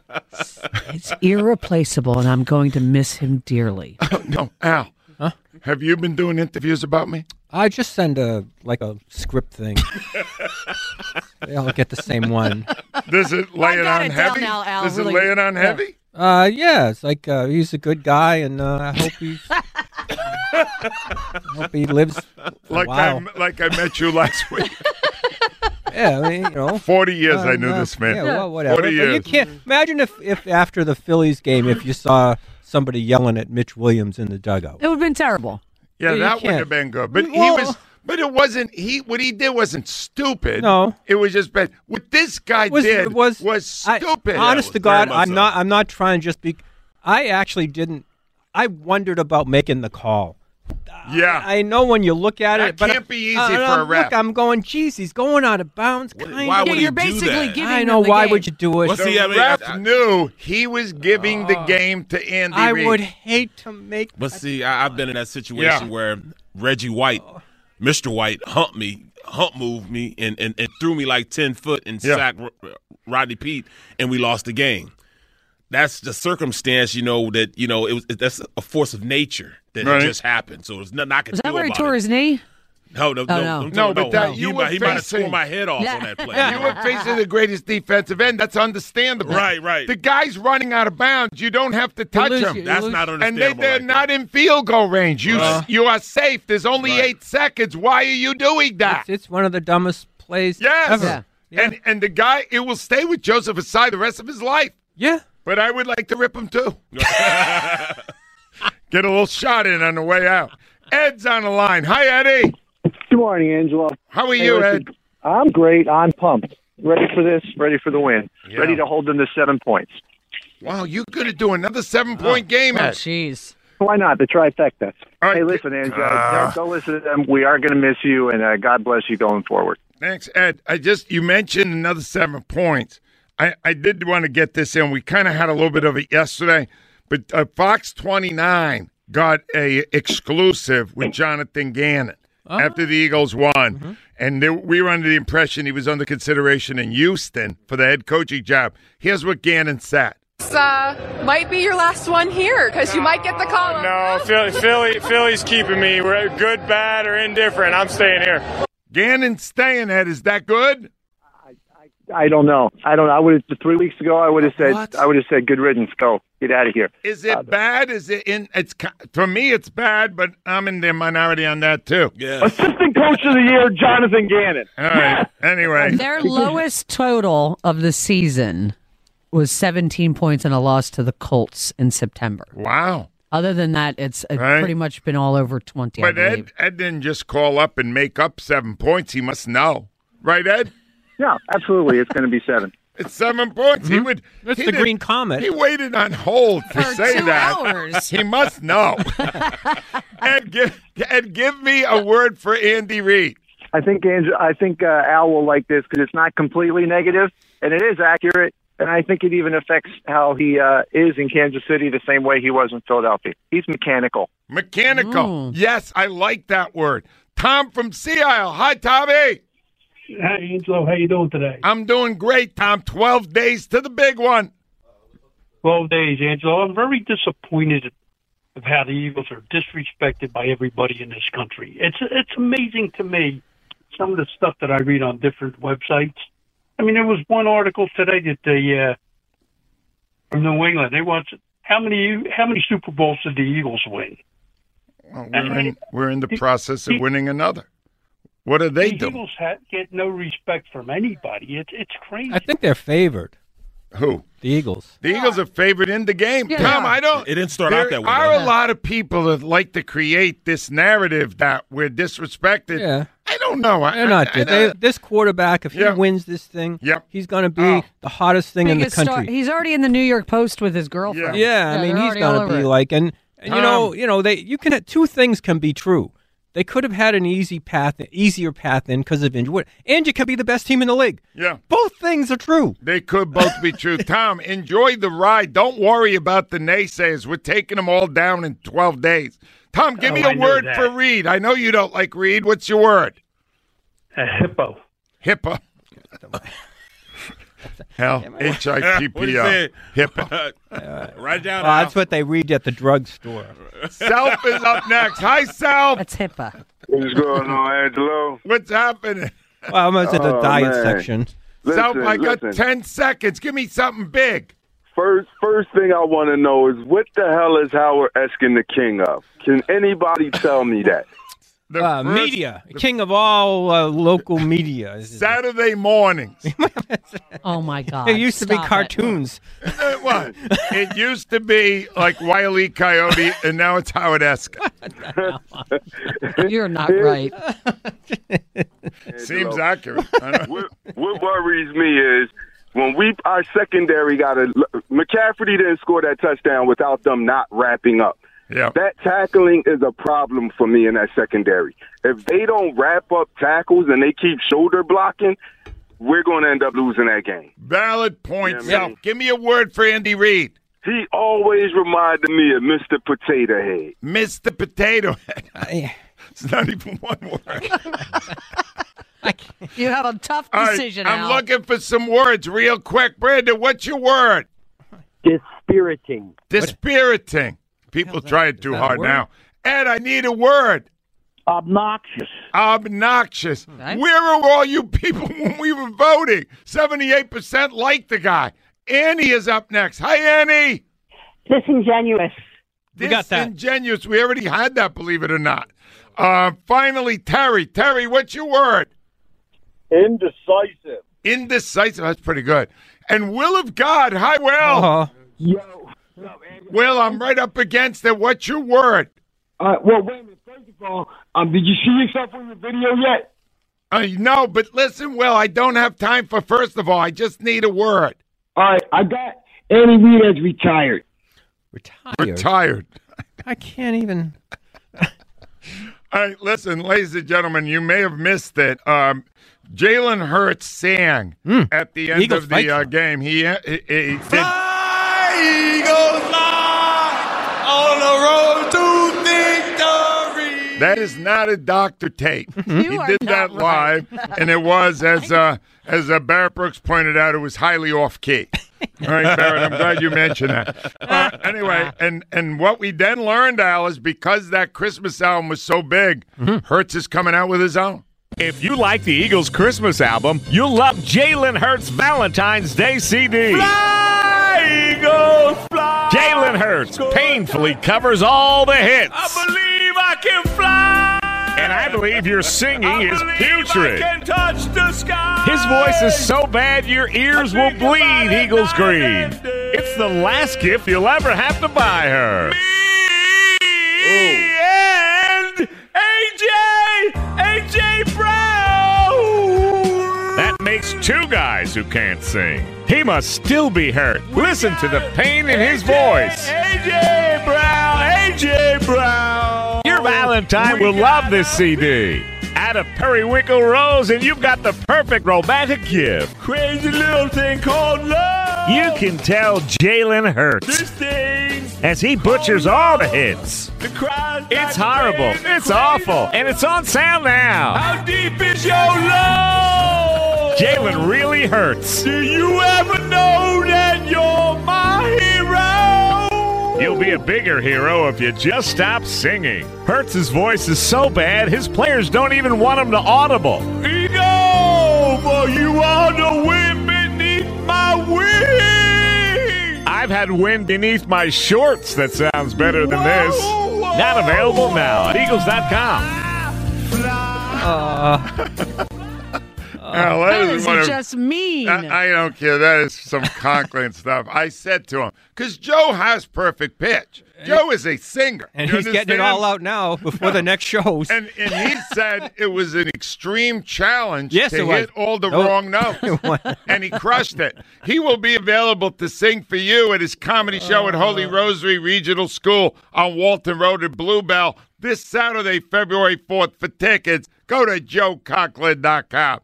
[SPEAKER 6] It's irreplaceable, and I'm going to miss him dearly.
[SPEAKER 1] no, Al. Have you been doing interviews about me?
[SPEAKER 2] I just send a like a script thing. they all get the same one.
[SPEAKER 1] Does it lay it
[SPEAKER 6] got
[SPEAKER 1] on
[SPEAKER 6] it down
[SPEAKER 1] heavy?
[SPEAKER 6] now, Al,
[SPEAKER 1] Does
[SPEAKER 6] really.
[SPEAKER 1] it lay it on
[SPEAKER 6] Yeah.
[SPEAKER 1] heavy?
[SPEAKER 2] Uh, yeah, it's like uh, he's a good guy, and uh, I hope he hope he lives a
[SPEAKER 1] Like
[SPEAKER 2] while.
[SPEAKER 1] I like I met you last week.
[SPEAKER 2] Yeah, I mean, you know, Uh,
[SPEAKER 1] forty years I knew this man.
[SPEAKER 2] Yeah, well, whatever.
[SPEAKER 1] 40
[SPEAKER 2] But You
[SPEAKER 1] years.
[SPEAKER 2] can't imagine if, if after the Phillies game, if you saw somebody yelling at Mitch Williams in the dugout.
[SPEAKER 6] It would have been terrible.
[SPEAKER 1] Yeah,
[SPEAKER 2] Yeah, you
[SPEAKER 1] that would
[SPEAKER 2] can't.
[SPEAKER 1] have been good. But
[SPEAKER 2] Well-
[SPEAKER 1] he was. But it wasn't. He what he did wasn't stupid.
[SPEAKER 2] No.
[SPEAKER 1] it was just bad. What this guy
[SPEAKER 2] Was-
[SPEAKER 1] did was was stupid.
[SPEAKER 2] Honest to God, I'm not. I'm not trying to just be. I actually didn't. I wondered about making the call.
[SPEAKER 1] Yeah,
[SPEAKER 2] I, I know when you look at
[SPEAKER 1] That
[SPEAKER 2] it, but
[SPEAKER 1] can't be easy
[SPEAKER 2] I-
[SPEAKER 1] for a
[SPEAKER 2] I'm-
[SPEAKER 1] ref.
[SPEAKER 2] Look, I'm going. Geez, he's going out of bounds. Kind
[SPEAKER 1] why would
[SPEAKER 2] of.
[SPEAKER 1] Yeah, he you're do basically that? giving
[SPEAKER 2] I
[SPEAKER 1] them
[SPEAKER 2] know.
[SPEAKER 1] the
[SPEAKER 2] why
[SPEAKER 1] game.
[SPEAKER 2] would you do it?
[SPEAKER 1] the ref Oh. knew he was giving the game to Andy.
[SPEAKER 2] I
[SPEAKER 1] Reid.
[SPEAKER 2] would hate to make.
[SPEAKER 11] But see, I, I've been in that situation
[SPEAKER 1] Yeah.
[SPEAKER 11] where Reggie White,
[SPEAKER 6] Oh.
[SPEAKER 11] Mr. White, humped me, hump moved me, and, and, and threw me like 10 foot and
[SPEAKER 1] Yeah.
[SPEAKER 11] sacked R- Rodney Pete, and we lost the game. That's the circumstance, you know, that, you know, it was that's a force of nature that
[SPEAKER 1] Right.
[SPEAKER 11] it just happened. So there's nothing I can
[SPEAKER 6] Was
[SPEAKER 11] do
[SPEAKER 6] that where he
[SPEAKER 11] about
[SPEAKER 6] tore
[SPEAKER 11] it.
[SPEAKER 6] his knee?
[SPEAKER 11] No, no,
[SPEAKER 6] Oh, no.
[SPEAKER 11] no.
[SPEAKER 1] No, but that,
[SPEAKER 11] he,
[SPEAKER 1] you
[SPEAKER 11] might,
[SPEAKER 1] were
[SPEAKER 11] he might have
[SPEAKER 1] facing-
[SPEAKER 11] tore my head off on that play.
[SPEAKER 1] You were facing the greatest defensive end. That's understandable.
[SPEAKER 11] Right, right.
[SPEAKER 1] The guy's running out of bounds. You don't have to touch
[SPEAKER 11] lose- you
[SPEAKER 1] him.
[SPEAKER 11] That's lose. not
[SPEAKER 1] And
[SPEAKER 11] understandable
[SPEAKER 1] they, they're
[SPEAKER 11] like
[SPEAKER 1] not in field goal range. You
[SPEAKER 11] Right.
[SPEAKER 1] you are safe. There's only eight seconds. Why are you doing that?
[SPEAKER 2] It's one of the dumbest plays
[SPEAKER 1] yes.
[SPEAKER 2] ever. Yeah.
[SPEAKER 1] And and the guy, it will stay with Joseph Asai the rest of his life.
[SPEAKER 2] Yeah.
[SPEAKER 1] But I would like to rip him too. Get a little shot in on the way out. Ed's on the line. Hi, Eddie.
[SPEAKER 17] Good morning, Angelo.
[SPEAKER 1] How are you, Ed?
[SPEAKER 17] I'm great. I'm pumped. Ready for this? Ready for the win? Ready to hold them to seven points?
[SPEAKER 1] Wow, you going to do another seven point game, Ed.
[SPEAKER 6] jeez.
[SPEAKER 17] Why not the trifecta?
[SPEAKER 1] hey,
[SPEAKER 17] listen, Angelo.
[SPEAKER 1] Ah.
[SPEAKER 17] don't, don't listen to them. We are going to miss you, and uh, God bless you going forward.
[SPEAKER 1] Thanks, Ed. I just you mentioned another seven points. I I did want to get this in. We kind of had a little bit of it yesterday, but uh, Fox twenty nine got a exclusive with Jonathan Gannon after the Eagles won, and they, we were under the impression he was under consideration in Houston for the head coaching job. Here's what Gannon said.
[SPEAKER 18] This uh, might be your last one here because you might get the call. up.
[SPEAKER 19] No, Philly, Philly, Philly's keeping me. We're good, bad, or indifferent. I'm staying here.
[SPEAKER 1] Gannon staying, Ed. Is that good?
[SPEAKER 17] I don't know. I don't. I would have three weeks ago. I would have said. I would have said, "Good riddance. Go get out of here."
[SPEAKER 1] Is it bad? Is it in? It's ki- for me, it's bad, but I'm in the minority on that too.
[SPEAKER 11] Yeah.
[SPEAKER 17] Assistant Coach of the Year, Jonathan Gannon.
[SPEAKER 1] All right. Anyway,
[SPEAKER 6] Their lowest total of the season was 17 points and a loss to the Colts in September.
[SPEAKER 1] Wow.
[SPEAKER 6] Other than that, it's uh
[SPEAKER 1] Right.
[SPEAKER 6] pretty much been all over 20. I
[SPEAKER 1] But
[SPEAKER 6] believe.
[SPEAKER 1] Ed, Ed didn't just call up and make up seven points. He must know, right, Ed?
[SPEAKER 17] Yeah, absolutely. It's going to be seven.
[SPEAKER 1] It's seven points. He would.
[SPEAKER 2] Mm-hmm. That's
[SPEAKER 1] he
[SPEAKER 2] the
[SPEAKER 1] didn't-
[SPEAKER 2] green comet.
[SPEAKER 1] He waited on hold to
[SPEAKER 2] For
[SPEAKER 1] say
[SPEAKER 2] two
[SPEAKER 1] that.
[SPEAKER 2] hours.
[SPEAKER 1] He must know. Ed, give, Ed, give me a word for Andy Reid.
[SPEAKER 17] I think Andrew, I think uh, Al will like this because it's not completely negative, and it is accurate. And I think it even affects how he uh, is in Kansas City the same way he was in Philadelphia. He's mechanical.
[SPEAKER 2] Mm.
[SPEAKER 1] Mechanical. Yes, I like that word. Tom from Sea Isle. Hi, Tommy.
[SPEAKER 20] Hi, Angelo. How you doing today?
[SPEAKER 1] I'm doing great, Tom. Twelve days to the big one.
[SPEAKER 20] 12 days, Angelo. I'm very disappointed of how the Eagles are disrespected by everybody in this country. It's it's amazing to me some of the stuff that I read on different websites. I mean, there was one article today that the uh, from New England they want how many how many Super Bowls did the Eagles win?
[SPEAKER 1] Well, Uh, we're, in, we're in the process of winning another. What are they
[SPEAKER 20] the
[SPEAKER 1] doing?
[SPEAKER 20] Eagles ha- get no respect from anybody. It's it's crazy.
[SPEAKER 2] I think they're favored.
[SPEAKER 1] Who?
[SPEAKER 2] The Eagles.
[SPEAKER 1] The Eagles are favored in the game.
[SPEAKER 2] Yeah.
[SPEAKER 1] Tom, I don't.
[SPEAKER 11] It didn't start out
[SPEAKER 1] there
[SPEAKER 11] that way,
[SPEAKER 1] are
[SPEAKER 11] though.
[SPEAKER 1] a lot of people that like to create this narrative that we're disrespected.
[SPEAKER 2] Yeah.
[SPEAKER 1] I don't know. I,
[SPEAKER 2] They're not.
[SPEAKER 1] I- I-
[SPEAKER 2] they, this quarterback, if
[SPEAKER 1] Yeah. Oh.
[SPEAKER 2] he wins this thing, he's going to be the hottest thing
[SPEAKER 6] Biggest
[SPEAKER 2] in the
[SPEAKER 6] star-
[SPEAKER 2] country.
[SPEAKER 6] He's already in the New York Post with his girlfriend.
[SPEAKER 2] yeah. I mean,
[SPEAKER 6] they're
[SPEAKER 2] he's
[SPEAKER 6] already all
[SPEAKER 2] going to
[SPEAKER 6] over
[SPEAKER 2] be
[SPEAKER 6] it.
[SPEAKER 2] like, and, and you
[SPEAKER 1] Um,
[SPEAKER 2] know, you know, they you can two things can be true. They could have had an easy path, easier path in because of injury, and you can be the best team in the league.
[SPEAKER 1] Yeah.
[SPEAKER 2] Both things are true.
[SPEAKER 1] They could both be true. Tom, enjoy the ride. Don't worry about the naysayers. We're taking them all down in 12 days. Tom, give
[SPEAKER 20] Oh,
[SPEAKER 1] me
[SPEAKER 20] I
[SPEAKER 1] a
[SPEAKER 20] know
[SPEAKER 1] word
[SPEAKER 20] that.
[SPEAKER 1] for Reed. I know you don't like Reed. What's your word?
[SPEAKER 20] A Uh, hippo.
[SPEAKER 1] Hippo. Hell, H I P
[SPEAKER 11] What
[SPEAKER 1] P
[SPEAKER 11] he
[SPEAKER 1] O.
[SPEAKER 11] said.
[SPEAKER 1] Hippo.
[SPEAKER 11] Write it down.
[SPEAKER 2] Uh, Well, that's what they read at the drugstore.
[SPEAKER 1] Self is up next. Hi, Self. That's
[SPEAKER 6] HIPAA.
[SPEAKER 21] What's going on, Angelo?
[SPEAKER 1] What's happening?
[SPEAKER 2] Well, I'm in the
[SPEAKER 21] Oh,
[SPEAKER 2] diet
[SPEAKER 21] man.
[SPEAKER 2] section.
[SPEAKER 21] Listen,
[SPEAKER 1] Self, I got
[SPEAKER 21] listen.
[SPEAKER 1] 10 seconds. Give me something big.
[SPEAKER 21] First, first thing I want to know is what the hell is Howard asking the king of? Can anybody tell me that?
[SPEAKER 2] uh,
[SPEAKER 1] first-
[SPEAKER 2] media, king of all uh, local media. Is-
[SPEAKER 1] Saturday mornings.
[SPEAKER 6] oh my God!
[SPEAKER 2] There used to be
[SPEAKER 6] stop it.
[SPEAKER 2] cartoons.
[SPEAKER 1] It was. Uh, It used to be like Wiley Coyote, and now it's Howard Eskin.
[SPEAKER 6] You're not right.
[SPEAKER 1] Seems accurate. I don't-
[SPEAKER 21] what, what worries me is when we our secondary got a McCafferty didn't score that touchdown without them not wrapping up.
[SPEAKER 1] Yeah.
[SPEAKER 21] That tackling is a problem for me in that secondary. If they don't wrap up tackles and they keep shoulder blocking, we're going to end up losing that game.
[SPEAKER 1] Valid point,
[SPEAKER 21] Yeah, I mean-
[SPEAKER 1] Sal. Give me a word for Andy Reid.
[SPEAKER 21] He always reminded me of Mr. Potato Head.
[SPEAKER 1] Mr. Potato Head. it's not even one word.
[SPEAKER 6] You have a tough
[SPEAKER 1] All right,
[SPEAKER 6] decision.
[SPEAKER 1] I'm
[SPEAKER 6] Al.
[SPEAKER 1] looking for some words real quick. Brandon, what's your word?
[SPEAKER 22] Dispiriting.
[SPEAKER 1] Dispiriting. People try it too
[SPEAKER 22] that a
[SPEAKER 1] hard
[SPEAKER 22] word?
[SPEAKER 1] now. Ed, I need a word.
[SPEAKER 22] Obnoxious.
[SPEAKER 1] Obnoxious. Where are all you people when we were voting? 78% like the guy. Annie is up next. Hi, Annie.
[SPEAKER 22] Disingenuous.
[SPEAKER 1] We got that. Disingenuous. We already had that, believe it or not. Uh, finally, Terry. Terry, what's your word?
[SPEAKER 22] Indecisive.
[SPEAKER 1] Indecisive. That's pretty good. And Will of God. Hi, Will.
[SPEAKER 23] Uh-huh.
[SPEAKER 1] Will, I'm right up against it. What's your word?
[SPEAKER 22] Uh, well, wait a minute. First of all, um, did you see yourself on your video yet?
[SPEAKER 1] Uh, no, but listen, Will, I don't have time for first of all. I just need a word.
[SPEAKER 22] All right, I got Andy Reid as retired.
[SPEAKER 1] Retired.
[SPEAKER 2] I can't even.
[SPEAKER 1] All right, listen, ladies and gentlemen, you may have missed it. Um, Jalen Hurts sang at the end
[SPEAKER 23] Hmm. Eagles
[SPEAKER 1] of
[SPEAKER 23] fight
[SPEAKER 1] the uh, game. He, he, he did-
[SPEAKER 23] Eagles fly on the road to victory.
[SPEAKER 1] That is not a Dr. Tape. he
[SPEAKER 23] are
[SPEAKER 1] did
[SPEAKER 23] not
[SPEAKER 1] that live, and it was, as uh, as uh, Barrett Brooks pointed out, it was highly off key. All right, Barrett, I'm glad you mentioned that. Uh, anyway, and, and what we then learned, Al, is because that Christmas album was so big,
[SPEAKER 2] Mm-hmm.
[SPEAKER 1] Hertz is coming out with his own.
[SPEAKER 3] If you like the Eagles' Christmas album, you'll love Jalen Hurts' Valentine's Day CD.
[SPEAKER 23] Fly, Eagles, fly.
[SPEAKER 3] Jalen Hurts painfully covers all the hits,
[SPEAKER 23] I believe I can fly.
[SPEAKER 3] and I believe your singing is
[SPEAKER 23] I
[SPEAKER 3] putrid.
[SPEAKER 23] can touch the sky.
[SPEAKER 3] His voice is so bad your ears will bleed, Eagles Green. It's the last gift you'll ever have to buy her.
[SPEAKER 23] And AJ, AJ Brown.
[SPEAKER 3] That makes two guys who can't sing. He must still be hurt. Listen to the pain in his voice.
[SPEAKER 23] AJ Brown, AJ Brown.
[SPEAKER 3] Your Valentine will love this CD. Add a periwinkle rose, and you've got the perfect romantic gift.
[SPEAKER 23] Crazy little thing called love.
[SPEAKER 3] You can tell Jalen
[SPEAKER 23] This
[SPEAKER 3] hurts
[SPEAKER 23] thing,
[SPEAKER 3] as he butchers all the hits.
[SPEAKER 23] the cries.
[SPEAKER 3] It's horrible. It's awful. And it's on sale now.
[SPEAKER 23] How deep is your love?
[SPEAKER 3] Jalen really hurts.
[SPEAKER 23] Do you ever know that you're my hero?
[SPEAKER 3] You'll be a bigger hero if you just stop singing. Hertz's voice is so bad, his players don't even want him to audible.
[SPEAKER 23] Ego, for you are the wind beneath my wing.
[SPEAKER 3] I've had wind beneath my shorts that sounds better than this. Not available now at eagles.com.
[SPEAKER 2] Uh,
[SPEAKER 1] Al,
[SPEAKER 6] That
[SPEAKER 1] is
[SPEAKER 6] is
[SPEAKER 1] one of-
[SPEAKER 6] just mean.
[SPEAKER 1] I, I don't care. That is some Conklin stuff. I said to him, because Joe has perfect pitch. Joe is a singer.
[SPEAKER 2] Uh, And
[SPEAKER 1] You
[SPEAKER 2] he's getting it
[SPEAKER 1] understand?
[SPEAKER 2] all out now before the next shows.
[SPEAKER 1] And, and he said it was an extreme challenge
[SPEAKER 2] Yes,
[SPEAKER 1] to
[SPEAKER 2] it was.
[SPEAKER 1] hit all the
[SPEAKER 2] Nope.
[SPEAKER 1] wrong notes. and he crushed it. He will be available to sing for you at his comedy show at
[SPEAKER 2] Uh.
[SPEAKER 1] Holy Rosary Regional School on Walton Road at Bluebell this Saturday, February 4th. For tickets, go to joeconklin.com.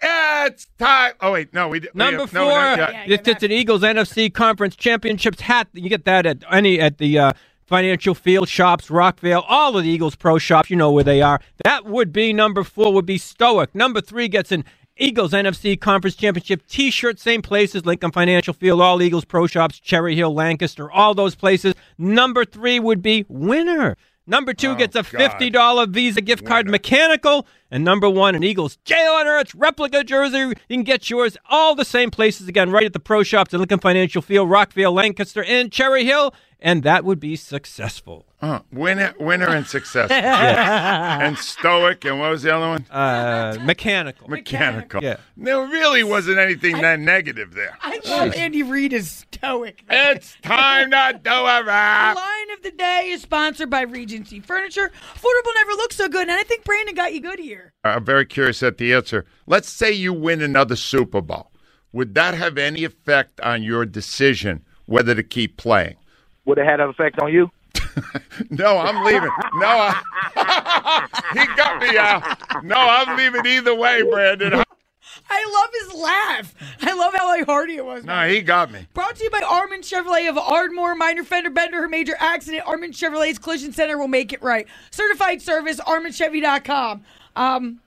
[SPEAKER 1] It's time. Oh, wait. No, we didn't.
[SPEAKER 2] Number
[SPEAKER 1] no,
[SPEAKER 2] four,
[SPEAKER 1] not yet.
[SPEAKER 2] it's, it's an Eagles NFC Conference Championships hat. You get that at any at the uh, Financial Field shops, Rockvale, all of the Eagles Pro shops. You know where they are. That would be number four. Would be Stoic. Number three gets an Eagles NFC Conference Championship T-shirt. Same places: Lincoln Financial Field, all Eagles Pro shops, Cherry Hill, Lancaster, all those places. Number three would be winner. Number two gets
[SPEAKER 1] Oh,
[SPEAKER 2] a fifty dollar Visa gift card, mechanical, and number one an Eagles Jalen Hurts replica jersey. You can get yours all the same places again, right at the pro shops in Lincoln Financial Field, Rockville, Lancaster, and Cherry Hill, and that would be successful.
[SPEAKER 1] Uh, winner, winner, and successful.
[SPEAKER 23] Yeah.
[SPEAKER 1] And stoic. And what was the other one?
[SPEAKER 2] Uh, mechanical.
[SPEAKER 1] Mechanical.
[SPEAKER 2] Yeah.
[SPEAKER 1] There really wasn't anything that negative there.
[SPEAKER 12] I love Andy Reid is stoic.
[SPEAKER 1] It's time to do a
[SPEAKER 12] The
[SPEAKER 1] wrap.
[SPEAKER 12] line of the day is sponsored by Regency Furniture. Affordable never looks so good, and I think Brandon got you good here.
[SPEAKER 1] I'm very curious at the answer. Let's say you win another Super Bowl. Would that have any effect on your decision whether to keep playing?
[SPEAKER 16] Would it have an effect on you?
[SPEAKER 1] no, I'm leaving. No, I, he got me out. No, I'm leaving either way, Brandon.
[SPEAKER 12] I love his laugh. I love how lighthearted it was.
[SPEAKER 1] No, he got me.
[SPEAKER 12] Brought to you by Armin Chevrolet of Ardmore. Minor fender bender or major accident. Armin Chevrolet's Collision Center will make it right. Certified service, arminchevy.com. Um,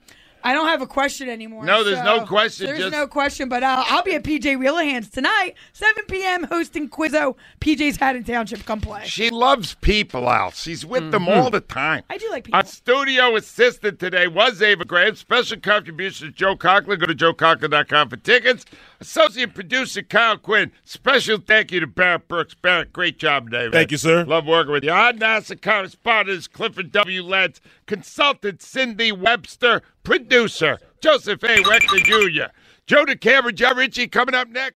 [SPEAKER 12] I don't have a question anymore.
[SPEAKER 1] No, there's
[SPEAKER 12] so-
[SPEAKER 1] no question,
[SPEAKER 12] There's
[SPEAKER 1] just-
[SPEAKER 12] no question, but uh, I'll be at PJ Wheelahan's tonight, 7 p.m., hosting Quizzo. PJ's Haddon Township. Come play.
[SPEAKER 1] She loves people, Al. She's with them all the time.
[SPEAKER 12] Mm-hmm. I do like people.
[SPEAKER 1] Our studio assistant today was Ava Graves. Special contribution to Joe Cochran. Go to joecochran.com for tickets. Associate producer Kyle Quinn. Special thank you to Barrett Brooks. Barrett, great job today. man.
[SPEAKER 11] Thank you, sir.
[SPEAKER 1] Love working with you. Our NASA correspondents, Clifford W. Lentz. Consultant, Cindy Webster. Producer, Joseph A. Wechter Jr. Joe DeCamera, John Ritchie coming up next.